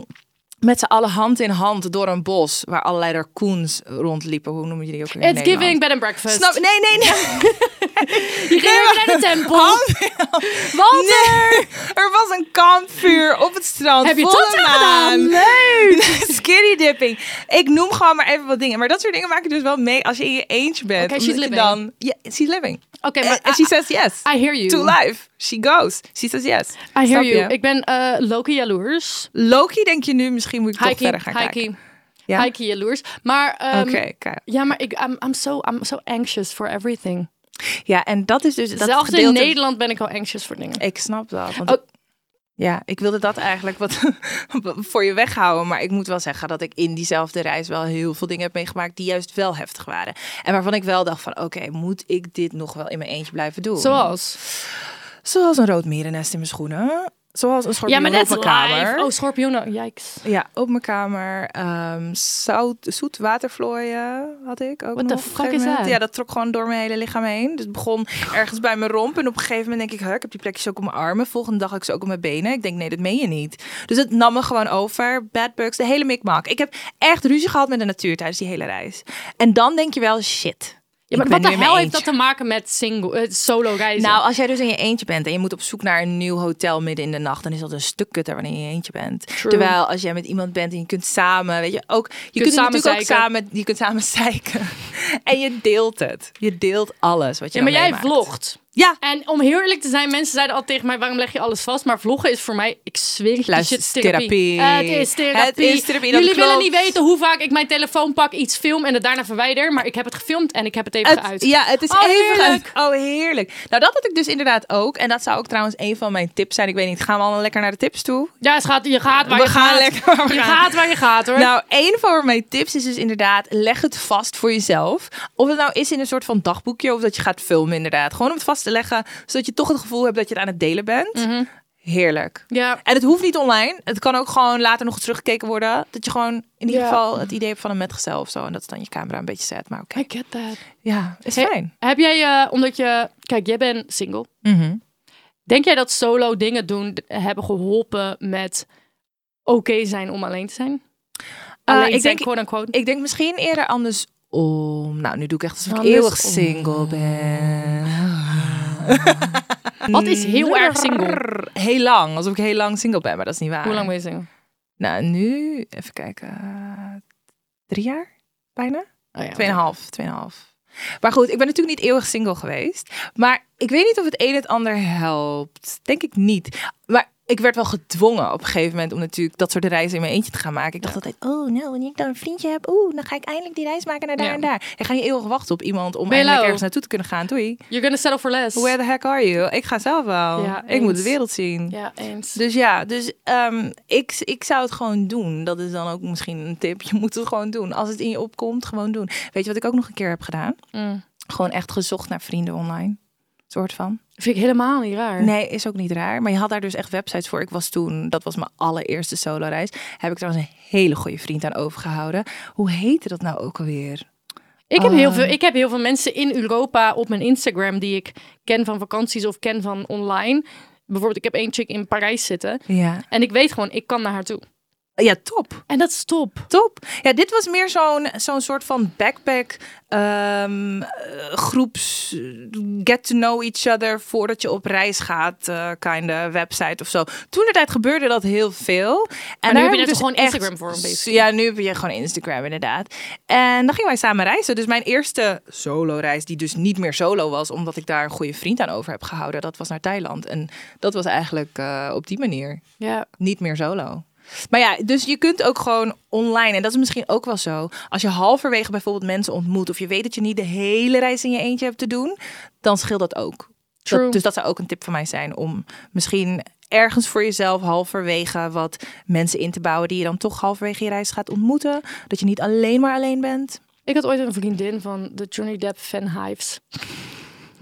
[SPEAKER 3] met z'n allen hand in hand door een bos waar allerlei raccoons rondliepen. Hoe noemen jullie die ook weer in
[SPEAKER 2] It's
[SPEAKER 3] Nederland?
[SPEAKER 2] giving bed and breakfast.
[SPEAKER 3] Snap, nee, nee, nee.
[SPEAKER 2] je ging
[SPEAKER 3] maar-
[SPEAKER 2] even naar de tempel.
[SPEAKER 3] Walter! Er was een kampvuur op het strand.
[SPEAKER 2] Heb je
[SPEAKER 3] volle
[SPEAKER 2] tantra gedaan?
[SPEAKER 3] maan.
[SPEAKER 2] Leuk!
[SPEAKER 3] Skinny dipping. Ik noem gewoon maar even wat dingen. Maar dat soort dingen maak je dus wel mee als je in je eentje bent.
[SPEAKER 2] Oké, she's
[SPEAKER 3] Omdat je
[SPEAKER 2] living.
[SPEAKER 3] Dan, yeah, she's living. Eh,
[SPEAKER 2] Oké,
[SPEAKER 3] En
[SPEAKER 2] maar I-
[SPEAKER 3] she says yes.
[SPEAKER 2] I hear you.
[SPEAKER 3] To life. She goes. She says yes.
[SPEAKER 2] I
[SPEAKER 3] Snap
[SPEAKER 2] hear you.
[SPEAKER 3] je?
[SPEAKER 2] Ik ben eh Loki jaloers.
[SPEAKER 3] Loki denk je nu, misschien moet ik toch
[SPEAKER 2] Heiki,
[SPEAKER 3] verder gaan kijken.
[SPEAKER 2] Heiki.
[SPEAKER 3] Ja?
[SPEAKER 2] Heiki jaloers. Maar, ehm,
[SPEAKER 3] Oké, kijk.
[SPEAKER 2] ja, maar ik, I'm, I'm, so, I'm so anxious for everything.
[SPEAKER 3] Ja, en dat is dus... Dat
[SPEAKER 2] Zelfs in
[SPEAKER 3] gedeelte-
[SPEAKER 2] Nederland ben ik al anxious voor dingen.
[SPEAKER 3] Ik snap dat. Want
[SPEAKER 2] Oh.
[SPEAKER 3] ik- ja, ik wilde dat eigenlijk wat voor je weghouden. Maar ik moet wel zeggen dat ik in diezelfde reis wel heel veel dingen heb meegemaakt die juist wel heftig waren. En waarvan ik wel dacht van oké, moet ik dit nog wel in mijn eentje blijven doen?
[SPEAKER 2] Zoals?
[SPEAKER 3] Zoals een rood mierennest in mijn schoenen. Zoals een
[SPEAKER 2] Ja,
[SPEAKER 3] schorpioen
[SPEAKER 2] maar
[SPEAKER 3] op
[SPEAKER 2] that's
[SPEAKER 3] mijn
[SPEAKER 2] live.
[SPEAKER 3] kamer.
[SPEAKER 2] Oh, schorpioenen. Yikes.
[SPEAKER 3] Ja, op mijn kamer. ehm zout, zoet watervlooien had ik ook
[SPEAKER 2] What
[SPEAKER 3] nog
[SPEAKER 2] the
[SPEAKER 3] op een
[SPEAKER 2] fuck
[SPEAKER 3] gegeven
[SPEAKER 2] is
[SPEAKER 3] moment.
[SPEAKER 2] that?
[SPEAKER 3] Ja, dat trok gewoon door mijn hele lichaam heen. Dus het begon ergens bij mijn romp. En op een gegeven moment denk ik, "Huh, ik heb die plekjes ook op mijn armen. Volgende dag had ik ze ook op mijn benen. Ik denk, nee, dat meen je niet. Dus het nam me gewoon over. Bad bugs, de hele mikmak. Ik heb echt ruzie gehad met de natuur tijdens die hele reis. En dan denk je wel, shit.
[SPEAKER 2] Ja, maar
[SPEAKER 3] ik ben
[SPEAKER 2] wat
[SPEAKER 3] nu
[SPEAKER 2] de
[SPEAKER 3] in mijn
[SPEAKER 2] hel heeft dat
[SPEAKER 3] eentje.
[SPEAKER 2] te maken met single, eh, solo reizen?
[SPEAKER 3] Nou, als jij dus in je eentje bent en je moet op zoek naar een nieuw hotel midden in de nacht, dan is dat een stuk kutter wanneer je in je eentje bent. Terwijl als jij met iemand bent en je kunt samen, weet je, ook je kunt, het
[SPEAKER 2] samen
[SPEAKER 3] natuurlijk ook
[SPEAKER 2] zeiken.
[SPEAKER 3] samen, je kunt samen zeiken en je deelt het. Je deelt alles wat je.
[SPEAKER 2] ja, maar
[SPEAKER 3] dan
[SPEAKER 2] jij
[SPEAKER 3] meemaakt.
[SPEAKER 2] vlogt.
[SPEAKER 3] Ja.
[SPEAKER 2] En om heel eerlijk te zijn, mensen zeiden al tegen mij: waarom leg je alles vast? Maar vloggen is voor mij, ik zweer het je,
[SPEAKER 3] Luister,
[SPEAKER 2] shit, therapie. Eh,
[SPEAKER 3] therapie.
[SPEAKER 2] Het is therapie.
[SPEAKER 3] Het is therapie, dat
[SPEAKER 2] Jullie willen
[SPEAKER 3] klopt.
[SPEAKER 2] niet weten hoe vaak ik mijn telefoon pak, iets film en het daarna verwijder. Maar ik heb het gefilmd en ik heb het even
[SPEAKER 3] Het,
[SPEAKER 2] uit.
[SPEAKER 3] ja, het is
[SPEAKER 2] Oh,
[SPEAKER 3] even
[SPEAKER 2] heerlijk.
[SPEAKER 3] geuit. Oh, heerlijk. Nou, dat had ik dus inderdaad ook. En dat zou ook trouwens een van mijn tips zijn. Ik weet niet, gaan we allemaal lekker naar de tips toe?
[SPEAKER 2] Ja, het gaat, je gaat waar
[SPEAKER 3] We
[SPEAKER 2] je
[SPEAKER 3] gaan
[SPEAKER 2] gaat.
[SPEAKER 3] lekker waar we
[SPEAKER 2] je
[SPEAKER 3] gaan.
[SPEAKER 2] gaat waar je gaat hoor.
[SPEAKER 3] Nou, een van mijn tips is dus inderdaad, leg het vast voor jezelf. Of het nou is in een soort van dagboekje of dat je gaat filmen inderdaad. Gewoon om het vast te leggen, zodat je toch het gevoel hebt dat je het aan het delen bent. Heerlijk.
[SPEAKER 2] Mhm. ja.
[SPEAKER 3] En het hoeft niet online. Het kan ook gewoon later nog eens teruggekeken worden. Dat je gewoon in ieder
[SPEAKER 2] Ja.
[SPEAKER 3] geval het idee hebt van een metgezel of zo. En dat is dan je camera een beetje zet. Maar oké,
[SPEAKER 2] I get that.
[SPEAKER 3] ja, is
[SPEAKER 2] He-
[SPEAKER 3] fijn.
[SPEAKER 2] heb jij, eh, omdat je, kijk, jij bent single.
[SPEAKER 3] Mhm.
[SPEAKER 2] Denk jij dat solo dingen doen d- hebben geholpen met oké zijn om alleen te zijn? alleen
[SPEAKER 3] Eh, ik
[SPEAKER 2] zijn,
[SPEAKER 3] denk-
[SPEAKER 2] quote unquote.
[SPEAKER 3] Ik denk misschien eerder andersom. Nou, nu doe ik echt alsof ik
[SPEAKER 2] Andersom.
[SPEAKER 3] eeuwig single ben.
[SPEAKER 2] Wat is heel erg single?
[SPEAKER 3] Heel lang, alsof ik heel lang single ben, maar dat is niet waar.
[SPEAKER 2] Hoe lang ben je single?
[SPEAKER 3] Nou, nu, even kijken, eh, drie jaar bijna?
[SPEAKER 2] Oh ja.
[SPEAKER 3] Tweeënhalf, tweeënhalf. Maar goed, ik ben natuurlijk niet eeuwig single geweest. Maar ik weet niet of het een het ander helpt. Denk ik niet. Maar ik werd wel gedwongen op een gegeven moment om natuurlijk dat soort reizen in mijn eentje te gaan maken. Ik dacht altijd, oh nou, wanneer ik dan een vriendje heb, oeh, dan ga ik eindelijk die reis maken naar daar
[SPEAKER 2] Ja.
[SPEAKER 3] en daar. En ga je eeuwig wachten op iemand om
[SPEAKER 2] Ben je
[SPEAKER 3] eindelijk
[SPEAKER 2] lauw?
[SPEAKER 3] ergens naartoe te kunnen gaan. Doei.
[SPEAKER 2] You're gonna settle for less.
[SPEAKER 3] Where the heck are you? Ik ga zelf wel.
[SPEAKER 2] Ja,
[SPEAKER 3] ik moet
[SPEAKER 2] eens.
[SPEAKER 3] de wereld zien.
[SPEAKER 2] Ja, eens.
[SPEAKER 3] Dus ja, dus ehm, ik, ik zou het gewoon doen. Dat is dan ook misschien een tip. Je moet het gewoon doen. Als het in je opkomt, gewoon doen. Weet je wat ik ook nog een keer heb gedaan?
[SPEAKER 2] Mm.
[SPEAKER 3] Gewoon echt gezocht naar vrienden online. Soort van.
[SPEAKER 2] Vind ik helemaal niet raar.
[SPEAKER 3] Nee, is ook niet raar. Maar je had daar dus echt websites voor. Ik was toen, dat was mijn allereerste solo reis. Heb ik trouwens een hele goede vriend aan overgehouden. Hoe heette dat nou ook alweer?
[SPEAKER 2] Ik, heb
[SPEAKER 3] Oh.
[SPEAKER 2] heel veel, ik heb heel veel mensen in Europa op mijn Instagram die ik ken van vakanties of ken van online. Bijvoorbeeld, ik heb één chick in Parijs zitten.
[SPEAKER 3] Ja.
[SPEAKER 2] En ik weet gewoon, ik kan naar haar toe.
[SPEAKER 3] Ja, top.
[SPEAKER 2] En dat is top.
[SPEAKER 3] Top. Ja, dit was meer zo'n zo'n soort van backpack ehm, eh, groeps eh, get to know each other voordat je op reis gaat eh kinda website of zo. Toen de tijd gebeurde dat heel veel. En
[SPEAKER 2] nu
[SPEAKER 3] daar
[SPEAKER 2] heb je
[SPEAKER 3] ik dus
[SPEAKER 2] er gewoon
[SPEAKER 3] echt-
[SPEAKER 2] Instagram voor, basically.
[SPEAKER 3] Ja, nu heb je gewoon Instagram inderdaad. En dan gingen wij samen reizen. Dus mijn eerste solo reis die dus niet meer solo was, omdat ik daar een goede vriend aan over heb gehouden. Dat was naar Thailand. En dat was eigenlijk eh, op die manier
[SPEAKER 2] Ja.
[SPEAKER 3] niet meer solo. Maar ja, dus je kunt ook gewoon online, en dat is misschien ook wel zo. Als je halverwege bijvoorbeeld mensen ontmoet, of je weet dat je niet de hele reis in je eentje hebt te doen, dan scheelt dat ook. Dat-
[SPEAKER 2] True.
[SPEAKER 3] dus dat zou ook een tip van mij zijn om misschien ergens voor jezelf halverwege wat mensen in te bouwen die je dan toch halverwege je reis gaat ontmoeten. Dat je niet alleen maar alleen bent.
[SPEAKER 2] Ik had ooit een vriendin van de Johnny Depp fan hives.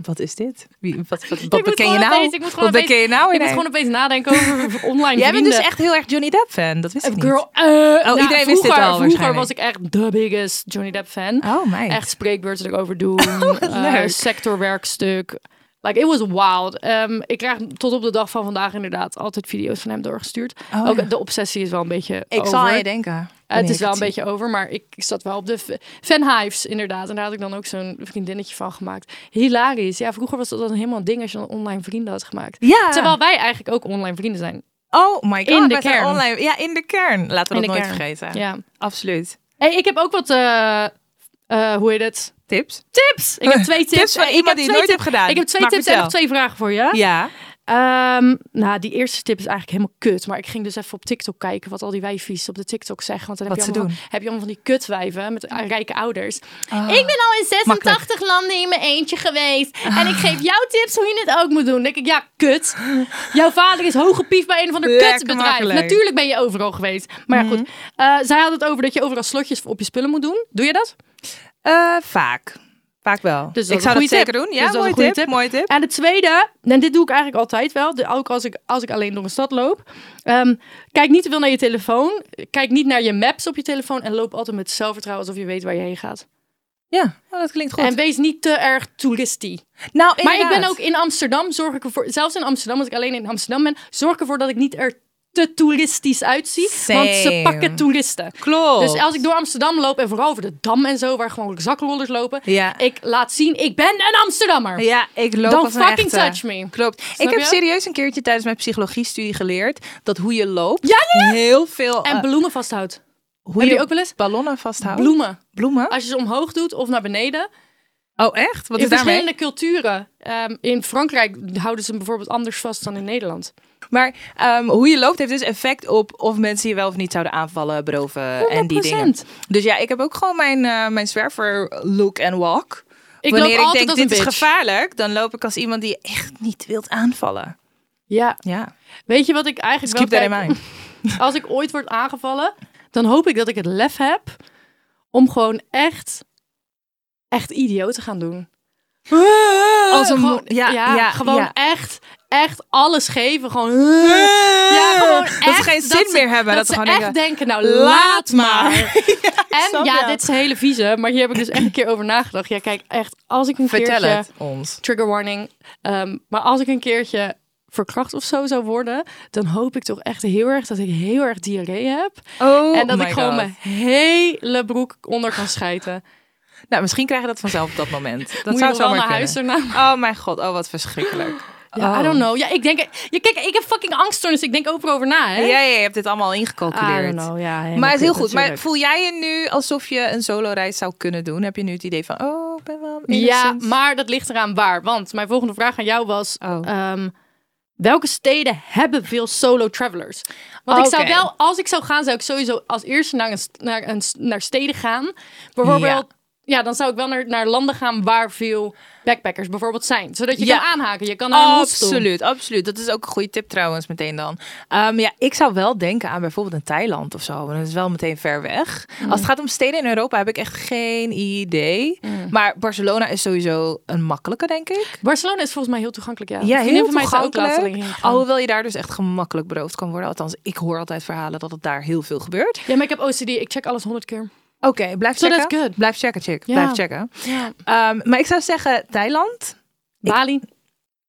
[SPEAKER 3] Wat is dit? Wie, wat wat,
[SPEAKER 2] Ik
[SPEAKER 3] wat
[SPEAKER 2] moet
[SPEAKER 3] beken je
[SPEAKER 2] gewoon
[SPEAKER 3] nou?
[SPEAKER 2] opeens- ik moet gewoon
[SPEAKER 3] Wat beken
[SPEAKER 2] opeens-
[SPEAKER 3] je nou?
[SPEAKER 2] Ik moet
[SPEAKER 3] ineens?
[SPEAKER 2] gewoon opeens nadenken over online
[SPEAKER 3] Jij bent
[SPEAKER 2] vrienden.
[SPEAKER 3] dus echt heel erg Johnny Depp fan. Dat wist ik niet. Oh,
[SPEAKER 2] Girl, eh, nou,
[SPEAKER 3] iedereen wist dit
[SPEAKER 2] vroeger,
[SPEAKER 3] al
[SPEAKER 2] Vroeger
[SPEAKER 3] waarschijnlijk.
[SPEAKER 2] was ik echt de biggest Johnny Depp fan.
[SPEAKER 3] Oh, meid. Oh,
[SPEAKER 2] Echt spreekbeurten erover doen. eh,
[SPEAKER 3] leuk.
[SPEAKER 2] sectorwerkstuk. Like, it was wild. Ehm, ik krijg tot op de dag van vandaag inderdaad altijd video's van hem doorgestuurd. Ook de obsessie is wel een beetje
[SPEAKER 3] Oh, Ik
[SPEAKER 2] over.
[SPEAKER 3] zal aan je denken.
[SPEAKER 2] Eh, het
[SPEAKER 3] wanneer
[SPEAKER 2] is
[SPEAKER 3] ik
[SPEAKER 2] wel een
[SPEAKER 3] zie.
[SPEAKER 2] beetje over, maar ik, ik zat wel op de f- fanhives inderdaad. En daar had ik dan ook zo'n vriendinnetje van gemaakt. Hilarisch. Ja, vroeger was dat dan helemaal een ding als je dan online vrienden had gemaakt.
[SPEAKER 3] Ja.
[SPEAKER 2] Terwijl wij eigenlijk ook online vrienden zijn.
[SPEAKER 3] Oh my god,
[SPEAKER 2] In de
[SPEAKER 3] wij zijn
[SPEAKER 2] kern.
[SPEAKER 3] Online. Ja, in de kern. Laten we
[SPEAKER 2] In
[SPEAKER 3] dat
[SPEAKER 2] de
[SPEAKER 3] nooit
[SPEAKER 2] kern.
[SPEAKER 3] vergeten.
[SPEAKER 2] Ja.
[SPEAKER 3] Absoluut.
[SPEAKER 2] Hey, ik heb ook wat, eh, eh, hoe heet het?
[SPEAKER 3] Tips?
[SPEAKER 2] Tips! Ik heb twee tips.
[SPEAKER 3] van
[SPEAKER 2] Eh, ik
[SPEAKER 3] iemand
[SPEAKER 2] heb
[SPEAKER 3] die het
[SPEAKER 2] twee
[SPEAKER 3] nooit
[SPEAKER 2] tip-
[SPEAKER 3] heeft gedaan.
[SPEAKER 2] Ik heb twee
[SPEAKER 3] Maar
[SPEAKER 2] tips en
[SPEAKER 3] vertel.
[SPEAKER 2] nog twee vragen voor je.
[SPEAKER 3] Ja.
[SPEAKER 2] Ehm, nou, die eerste tip is eigenlijk helemaal kut. Maar ik ging dus even op TikTok kijken wat al die wijfies op de TikTok zeggen. Want dan heb
[SPEAKER 3] Wat
[SPEAKER 2] je,
[SPEAKER 3] ze Ah.
[SPEAKER 2] allemaal, heb je allemaal van die kutwijven met eh, rijke ouders. Ik ben al in 86 landen in mijn eentje geweest.
[SPEAKER 3] Ah.
[SPEAKER 2] En ik geef jou tips hoe je het ook moet doen. Dan denk ik, ja, kut. Jouw vader is hoge pief bij een van de
[SPEAKER 3] Lekker
[SPEAKER 2] kutbedrijven.
[SPEAKER 3] makkelijk. Mhm.
[SPEAKER 2] Natuurlijk ben je overal geweest. Maar ja, goed. Eh, zij had het over dat je overal slotjes op je spullen moet doen. Doe je dat?
[SPEAKER 3] Eh, vaak. Vaak wel.
[SPEAKER 2] Dus dat
[SPEAKER 3] ik
[SPEAKER 2] is een
[SPEAKER 3] zou dat
[SPEAKER 2] goede
[SPEAKER 3] zeker
[SPEAKER 2] tip.
[SPEAKER 3] doen.
[SPEAKER 2] Dus
[SPEAKER 3] Ja,
[SPEAKER 2] dat is een
[SPEAKER 3] mooie,
[SPEAKER 2] goede
[SPEAKER 3] tip.
[SPEAKER 2] tip.
[SPEAKER 3] mooie tip.
[SPEAKER 2] En de tweede, en dit doe ik eigenlijk altijd wel, de- ook als ik, als ik alleen door een stad loop. Ehm, kijk niet te veel naar je telefoon. Kijk niet naar je maps op je telefoon. En loop altijd met zelfvertrouwen alsof je weet waar je heen gaat.
[SPEAKER 3] Ja, oh, dat klinkt goed.
[SPEAKER 2] En wees niet te erg toeristie.
[SPEAKER 3] nou,
[SPEAKER 2] Maar ik
[SPEAKER 3] inderdaad.
[SPEAKER 2] ben ook in Amsterdam, zorg ik ervoor, zelfs in Amsterdam, als ik alleen in Amsterdam ben, zorg ik ervoor dat ik niet er te toeristisch uitzie. Want ze
[SPEAKER 3] Same.
[SPEAKER 2] pakken toeristen.
[SPEAKER 3] Klopt.
[SPEAKER 2] Dus als ik door Amsterdam loop en vooral over de Dam en zo, waar gewoon zakkenrollers lopen.
[SPEAKER 3] Ja.
[SPEAKER 2] Ik laat zien, ik ben een Amsterdammer.
[SPEAKER 3] Ja, ik loop
[SPEAKER 2] Don't
[SPEAKER 3] als een
[SPEAKER 2] fucking
[SPEAKER 3] echte.
[SPEAKER 2] touch me.
[SPEAKER 3] Klopt.
[SPEAKER 2] Snap
[SPEAKER 3] ik heb
[SPEAKER 2] je?
[SPEAKER 3] serieus een keertje tijdens mijn psychologie-studie geleerd dat hoe je loopt
[SPEAKER 2] Ja, ja, ja.
[SPEAKER 3] heel veel...
[SPEAKER 2] En
[SPEAKER 3] eh, Oh.
[SPEAKER 2] bloemen vasthoudt.
[SPEAKER 3] hoe
[SPEAKER 2] heb je ook wel eens- Oh,
[SPEAKER 3] ballonnen vasthoudt.
[SPEAKER 2] Bloemen.
[SPEAKER 3] Bloemen?
[SPEAKER 2] Als je ze omhoog doet of naar beneden.
[SPEAKER 3] Oh, echt? Wat
[SPEAKER 2] In
[SPEAKER 3] is daarmee?
[SPEAKER 2] verschillende culturen. Ehm, in Frankrijk houden ze hem bijvoorbeeld anders vast dan in Nederland.
[SPEAKER 3] Maar ehm, hoe je loopt heeft dus effect op of mensen je wel of niet zouden aanvallen, beroven en die dingen.
[SPEAKER 2] 100%.
[SPEAKER 3] Dus ja, ik heb ook gewoon mijn, eh, mijn zwerver look en walk.
[SPEAKER 2] Ik loop
[SPEAKER 3] Wanneer ik
[SPEAKER 2] altijd
[SPEAKER 3] denk,
[SPEAKER 2] als
[SPEAKER 3] dit
[SPEAKER 2] een
[SPEAKER 3] is
[SPEAKER 2] bitch.
[SPEAKER 3] gevaarlijk, dan loop ik als iemand die echt niet wilt aanvallen.
[SPEAKER 2] Ja.
[SPEAKER 3] Ja,
[SPEAKER 2] Weet je wat ik eigenlijk
[SPEAKER 3] keep
[SPEAKER 2] wel
[SPEAKER 3] that in
[SPEAKER 2] kijk?
[SPEAKER 3] mind.
[SPEAKER 2] Als ik ooit word aangevallen, dan hoop ik dat ik het lef heb om gewoon echt, echt idioot te gaan doen.
[SPEAKER 3] Als een mo-
[SPEAKER 2] gewoon, ja,
[SPEAKER 3] ja, ja,
[SPEAKER 2] gewoon
[SPEAKER 3] ja.
[SPEAKER 2] echt, echt alles geven. Gewoon. Ja, gewoon echt,
[SPEAKER 3] dat ze geen zin
[SPEAKER 2] ze-
[SPEAKER 3] meer hebben.
[SPEAKER 2] Dat,
[SPEAKER 3] Dat,
[SPEAKER 2] ze
[SPEAKER 3] gewoon
[SPEAKER 2] echt denken,
[SPEAKER 3] denken,
[SPEAKER 2] nou laat maar. en
[SPEAKER 3] snap
[SPEAKER 2] ja,
[SPEAKER 3] je.
[SPEAKER 2] dit is een hele vieze, maar hier heb ik dus echt een keer over nagedacht. Ja, kijk, echt, als ik een
[SPEAKER 3] vertel
[SPEAKER 2] keertje...
[SPEAKER 3] het ons.
[SPEAKER 2] Trigger warning. Ehm, maar als ik een keertje verkracht of zo zou worden, dan hoop ik toch echt heel erg dat ik heel erg diarree heb.
[SPEAKER 3] Oh
[SPEAKER 2] en dat
[SPEAKER 3] my
[SPEAKER 2] ik gewoon
[SPEAKER 3] God.
[SPEAKER 2] mijn hele broek onder kan schijten.
[SPEAKER 3] Nou, misschien krijg je dat vanzelf op dat moment. Dat
[SPEAKER 2] Moet
[SPEAKER 3] zou
[SPEAKER 2] je dan wel
[SPEAKER 3] zomaar
[SPEAKER 2] naar huis
[SPEAKER 3] kunnen.
[SPEAKER 2] daarna?
[SPEAKER 3] Oh mijn god, oh wat verschrikkelijk.
[SPEAKER 2] Ja, I don't know. Ja, ik denk... Ja, kijk, ik heb fucking angststoornis. Ik denk overal over na, hè?
[SPEAKER 3] Ja, ja, je hebt dit allemaal
[SPEAKER 2] I
[SPEAKER 3] ingecalculeerd.
[SPEAKER 2] don't know. Ja, helemaal
[SPEAKER 3] Maar het is heel
[SPEAKER 2] kut
[SPEAKER 3] goed. Maar
[SPEAKER 2] natuurlijk.
[SPEAKER 3] voel jij je nu alsof je een solo-reis zou kunnen doen? Heb je nu het idee van, oh, ik ben wel
[SPEAKER 2] Ja,
[SPEAKER 3] enigszins-
[SPEAKER 2] maar dat ligt eraan waar. Want mijn volgende vraag aan jou was...
[SPEAKER 3] Oh.
[SPEAKER 2] ehm, welke steden hebben veel solo travelers? Want ik zou
[SPEAKER 3] Oké.
[SPEAKER 2] wel, als ik zou gaan, zou ik sowieso als eerste naar, een, st- naar, een, s- naar steden gaan. Bijvoorbeeld, ja. dan zou ik wel naar, naar landen gaan waar veel backpackers bijvoorbeeld zijn. Zodat je
[SPEAKER 3] Ja.
[SPEAKER 2] kan aanhaken. Je kan naar een hostel.
[SPEAKER 3] Absoluut, absoluut. Dat is ook een goede tip trouwens meteen dan. Ehm, ja, ik zou wel denken aan bijvoorbeeld een Thailand of zo. Maar dat is wel meteen ver weg.
[SPEAKER 2] Mm.
[SPEAKER 3] Als het gaat om steden in Europa heb ik echt geen idee.
[SPEAKER 2] Mm.
[SPEAKER 3] Maar Barcelona is sowieso een makkelijke, denk ik.
[SPEAKER 2] Barcelona is volgens mij heel Oh, toegankelijk, ja.
[SPEAKER 3] Ja,
[SPEAKER 2] Vriendin
[SPEAKER 3] heel
[SPEAKER 2] van mij is daar ook laatst
[SPEAKER 3] toegankelijk.
[SPEAKER 2] alleen heen gegaan.
[SPEAKER 3] Alhoewel je daar dus echt gemakkelijk beroofd kan worden. Althans, ik hoor altijd verhalen dat het daar heel veel gebeurt.
[SPEAKER 2] Ja, maar ik heb OCD. Ik check alles honderd keer.
[SPEAKER 3] Oké, blijf
[SPEAKER 2] So
[SPEAKER 3] checken.
[SPEAKER 2] that's good.
[SPEAKER 3] Blijf checken, chick.
[SPEAKER 2] Ja.
[SPEAKER 3] Blijf checken.
[SPEAKER 2] Ja.
[SPEAKER 3] Ehm, maar ik zou zeggen Thailand.
[SPEAKER 2] Bali.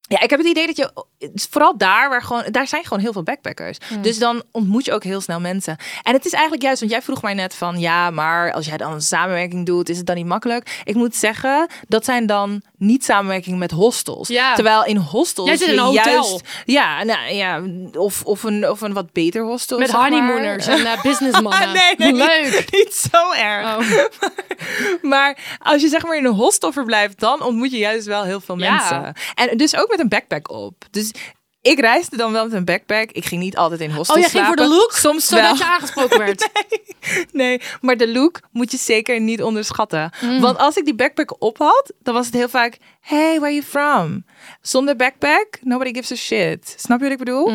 [SPEAKER 3] Ja, ik heb het idee dat je het is vooral daar, waar gewoon, daar zijn gewoon heel veel backpackers. Dus dan ontmoet je ook heel snel mensen. En het is eigenlijk juist, want jij vroeg mij net van, ja, maar als jij dan een samenwerking doet, is het dan niet makkelijk? Ik moet zeggen, dat zijn dan niet samenwerkingen met hostels.
[SPEAKER 2] Ja.
[SPEAKER 3] Terwijl in hostels
[SPEAKER 2] Jij zit in
[SPEAKER 3] je
[SPEAKER 2] een hotel.
[SPEAKER 3] juist- ja, nou, ja of, of, een, of een wat beter hostel.
[SPEAKER 2] Met
[SPEAKER 3] zeg maar.
[SPEAKER 2] honeymooners en eh, businessmannen.
[SPEAKER 3] Ah, nee, nee, Oh. niet-
[SPEAKER 2] Leuk. Oh,
[SPEAKER 3] Niet, zo erg. maar als je zeg maar in een hostel verblijft, dan ontmoet je juist wel heel veel
[SPEAKER 2] Ja.
[SPEAKER 3] mensen. En dus ook met een backpack op. Dus ik reisde dan wel met een backpack. Ik ging niet altijd in hostels
[SPEAKER 2] Oh, jij ging voor de
[SPEAKER 3] slapen.
[SPEAKER 2] look?
[SPEAKER 3] Soms
[SPEAKER 2] Zodat
[SPEAKER 3] wel.
[SPEAKER 2] je aangesproken werd.
[SPEAKER 3] Nee, maar de look moet je zeker niet onderschatten.
[SPEAKER 2] Mm.
[SPEAKER 3] Want als ik die backpack op had, dan was het heel vaak... Hey, where you from? Zonder backpack, nobody gives a shit. Snap je wat ik bedoel?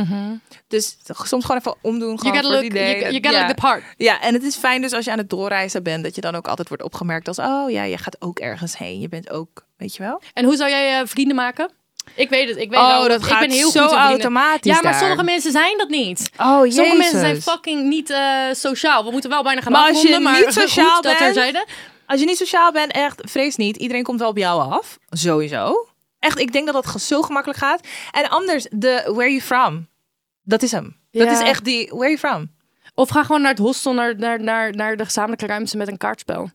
[SPEAKER 3] Dus soms gewoon even omdoen. Gewoon
[SPEAKER 2] gotta
[SPEAKER 3] voor het
[SPEAKER 2] look-
[SPEAKER 3] idee
[SPEAKER 2] Mm-hmm. you-
[SPEAKER 3] dat-
[SPEAKER 2] you gotta look the part.
[SPEAKER 3] Ja, en het is fijn dus als je aan het doorreizen bent... dat je dan ook altijd wordt opgemerkt als... oh ja, je gaat ook ergens heen. Je bent ook, weet je wel?
[SPEAKER 2] En hoe zou jij eh, vrienden maken? Ik weet het, ik weet
[SPEAKER 3] Oh,
[SPEAKER 2] wel,
[SPEAKER 3] dat
[SPEAKER 2] ik
[SPEAKER 3] gaat
[SPEAKER 2] ben heel goed
[SPEAKER 3] zo
[SPEAKER 2] in vrienden. Ja,
[SPEAKER 3] automatisch
[SPEAKER 2] maar
[SPEAKER 3] daar.
[SPEAKER 2] sommige mensen zijn dat niet.
[SPEAKER 3] Oh,
[SPEAKER 2] Sommige mensen zijn
[SPEAKER 3] Jezus.
[SPEAKER 2] fucking niet eh, sociaal. We moeten wel bijna gaan
[SPEAKER 3] Maar als je
[SPEAKER 2] afronden, maar
[SPEAKER 3] niet sociaal
[SPEAKER 2] goed, dat
[SPEAKER 3] bent-
[SPEAKER 2] terzijde.
[SPEAKER 3] Als je niet sociaal bent, echt, vrees niet. Iedereen komt wel op jou af. Sowieso. Echt, ik denk dat dat ge- zo gemakkelijk gaat. En anders, de where you from. Dat is hem.
[SPEAKER 2] Ja.
[SPEAKER 3] Dat is echt die where you from.
[SPEAKER 2] Of ga gewoon naar het hostel, naar, naar, naar, naar de gezamenlijke ruimte met een kaartspel.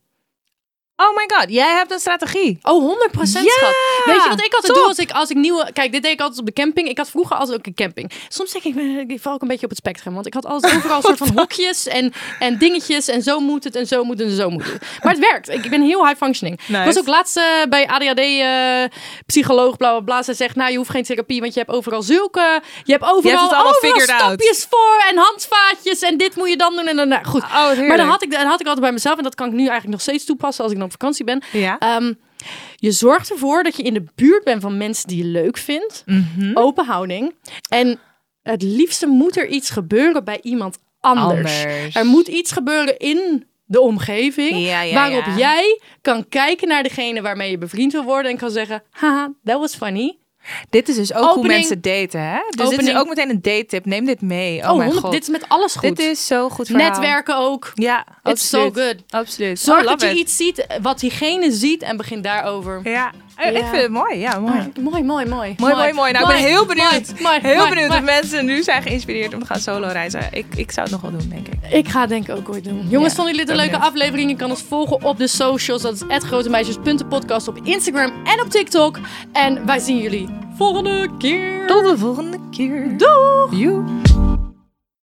[SPEAKER 3] Oh my god, jij hebt een strategie.
[SPEAKER 2] Oh, 100% procent
[SPEAKER 3] Ja,
[SPEAKER 2] schat. Weet je wat ik altijd
[SPEAKER 3] top.
[SPEAKER 2] doe als ik, als ik nieuwe... Kijk, dit deed ik altijd op de camping. Ik had vroeger altijd ook een camping. Soms denk ik, eh, ik val ook een beetje op het spectrum. Want ik had altijd overal een soort van hokjes en, en dingetjes. En zo moet het en zo moet het en zo moet het. Maar het werkt. Ik, ik ben heel high functioning. Ik
[SPEAKER 3] Nice.
[SPEAKER 2] was ook laatst eh, bij ADHD eh, psycholoog, bla bla bla. Zij zegt, nou je hoeft geen therapie, want je hebt overal zulke... Je hebt overal,
[SPEAKER 3] het allemaal
[SPEAKER 2] overal
[SPEAKER 3] figured out.
[SPEAKER 2] stapjes voor en handvaatjes. En dit moet je dan doen en dan... nou, goed.
[SPEAKER 3] wat heerlijk.
[SPEAKER 2] maar dan had, ik, dan had ik altijd bij mezelf. En dat kan ik nu eigenlijk nog steeds toepassen als ik dan op vakantie ben.
[SPEAKER 3] Ja.
[SPEAKER 2] Ehm, je zorgt ervoor dat je in de buurt bent van mensen die je leuk vindt.
[SPEAKER 3] Mhm.
[SPEAKER 2] Open houding. En het liefste moet er iets gebeuren bij iemand anders.
[SPEAKER 3] Anders.
[SPEAKER 2] Er moet iets gebeuren in de omgeving
[SPEAKER 3] Ja, ja,
[SPEAKER 2] waarop
[SPEAKER 3] ja.
[SPEAKER 2] jij kan kijken naar degene waarmee je bevriend wil worden en kan zeggen, haha, that was funny.
[SPEAKER 3] Dit is dus ook hoe
[SPEAKER 2] Opening.
[SPEAKER 3] mensen daten, hè? Dus dit is
[SPEAKER 2] Opening.
[SPEAKER 3] ook meteen een date tip. Neem dit mee. Oh,
[SPEAKER 2] Oh,
[SPEAKER 3] mijn
[SPEAKER 2] 100
[SPEAKER 3] god.
[SPEAKER 2] dit is met alles goed.
[SPEAKER 3] Dit is zo goed verhaal.
[SPEAKER 2] Netwerken ook.
[SPEAKER 3] Ja,
[SPEAKER 2] It's so
[SPEAKER 3] absoluut.
[SPEAKER 2] good.
[SPEAKER 3] Absoluut.
[SPEAKER 2] Zorg
[SPEAKER 3] Oh,
[SPEAKER 2] dat
[SPEAKER 3] love
[SPEAKER 2] je
[SPEAKER 3] it.
[SPEAKER 2] iets ziet wat diegene ziet en begin daarover.
[SPEAKER 3] Ja. Eh, Ik
[SPEAKER 2] Ja.
[SPEAKER 3] vind het mooi. Ja, mooi.
[SPEAKER 2] Ah, mooi, mooi, mooi.
[SPEAKER 3] Mooi, mooi, mooi. Nou, ik ben heel benieuwd.
[SPEAKER 2] mooi, mooi,
[SPEAKER 3] heel
[SPEAKER 2] mooi,
[SPEAKER 3] benieuwd
[SPEAKER 2] mooi.
[SPEAKER 3] of mensen nu zijn geïnspireerd om te gaan solo reizen. Ik, ik zou het nog wel doen, denk ik.
[SPEAKER 2] Ik ga het denk ik ook ooit doen. Jongens,
[SPEAKER 3] Ja,
[SPEAKER 2] vonden jullie dit een
[SPEAKER 3] ben
[SPEAKER 2] leuke
[SPEAKER 3] benieuwd.
[SPEAKER 2] aflevering? Je kan ons volgen op de socials. Dat is @grotemeisjes.podcast op Instagram en op TikTok. En wij zien jullie volgende keer.
[SPEAKER 3] Tot de volgende keer.
[SPEAKER 2] Doeg!
[SPEAKER 3] Doei.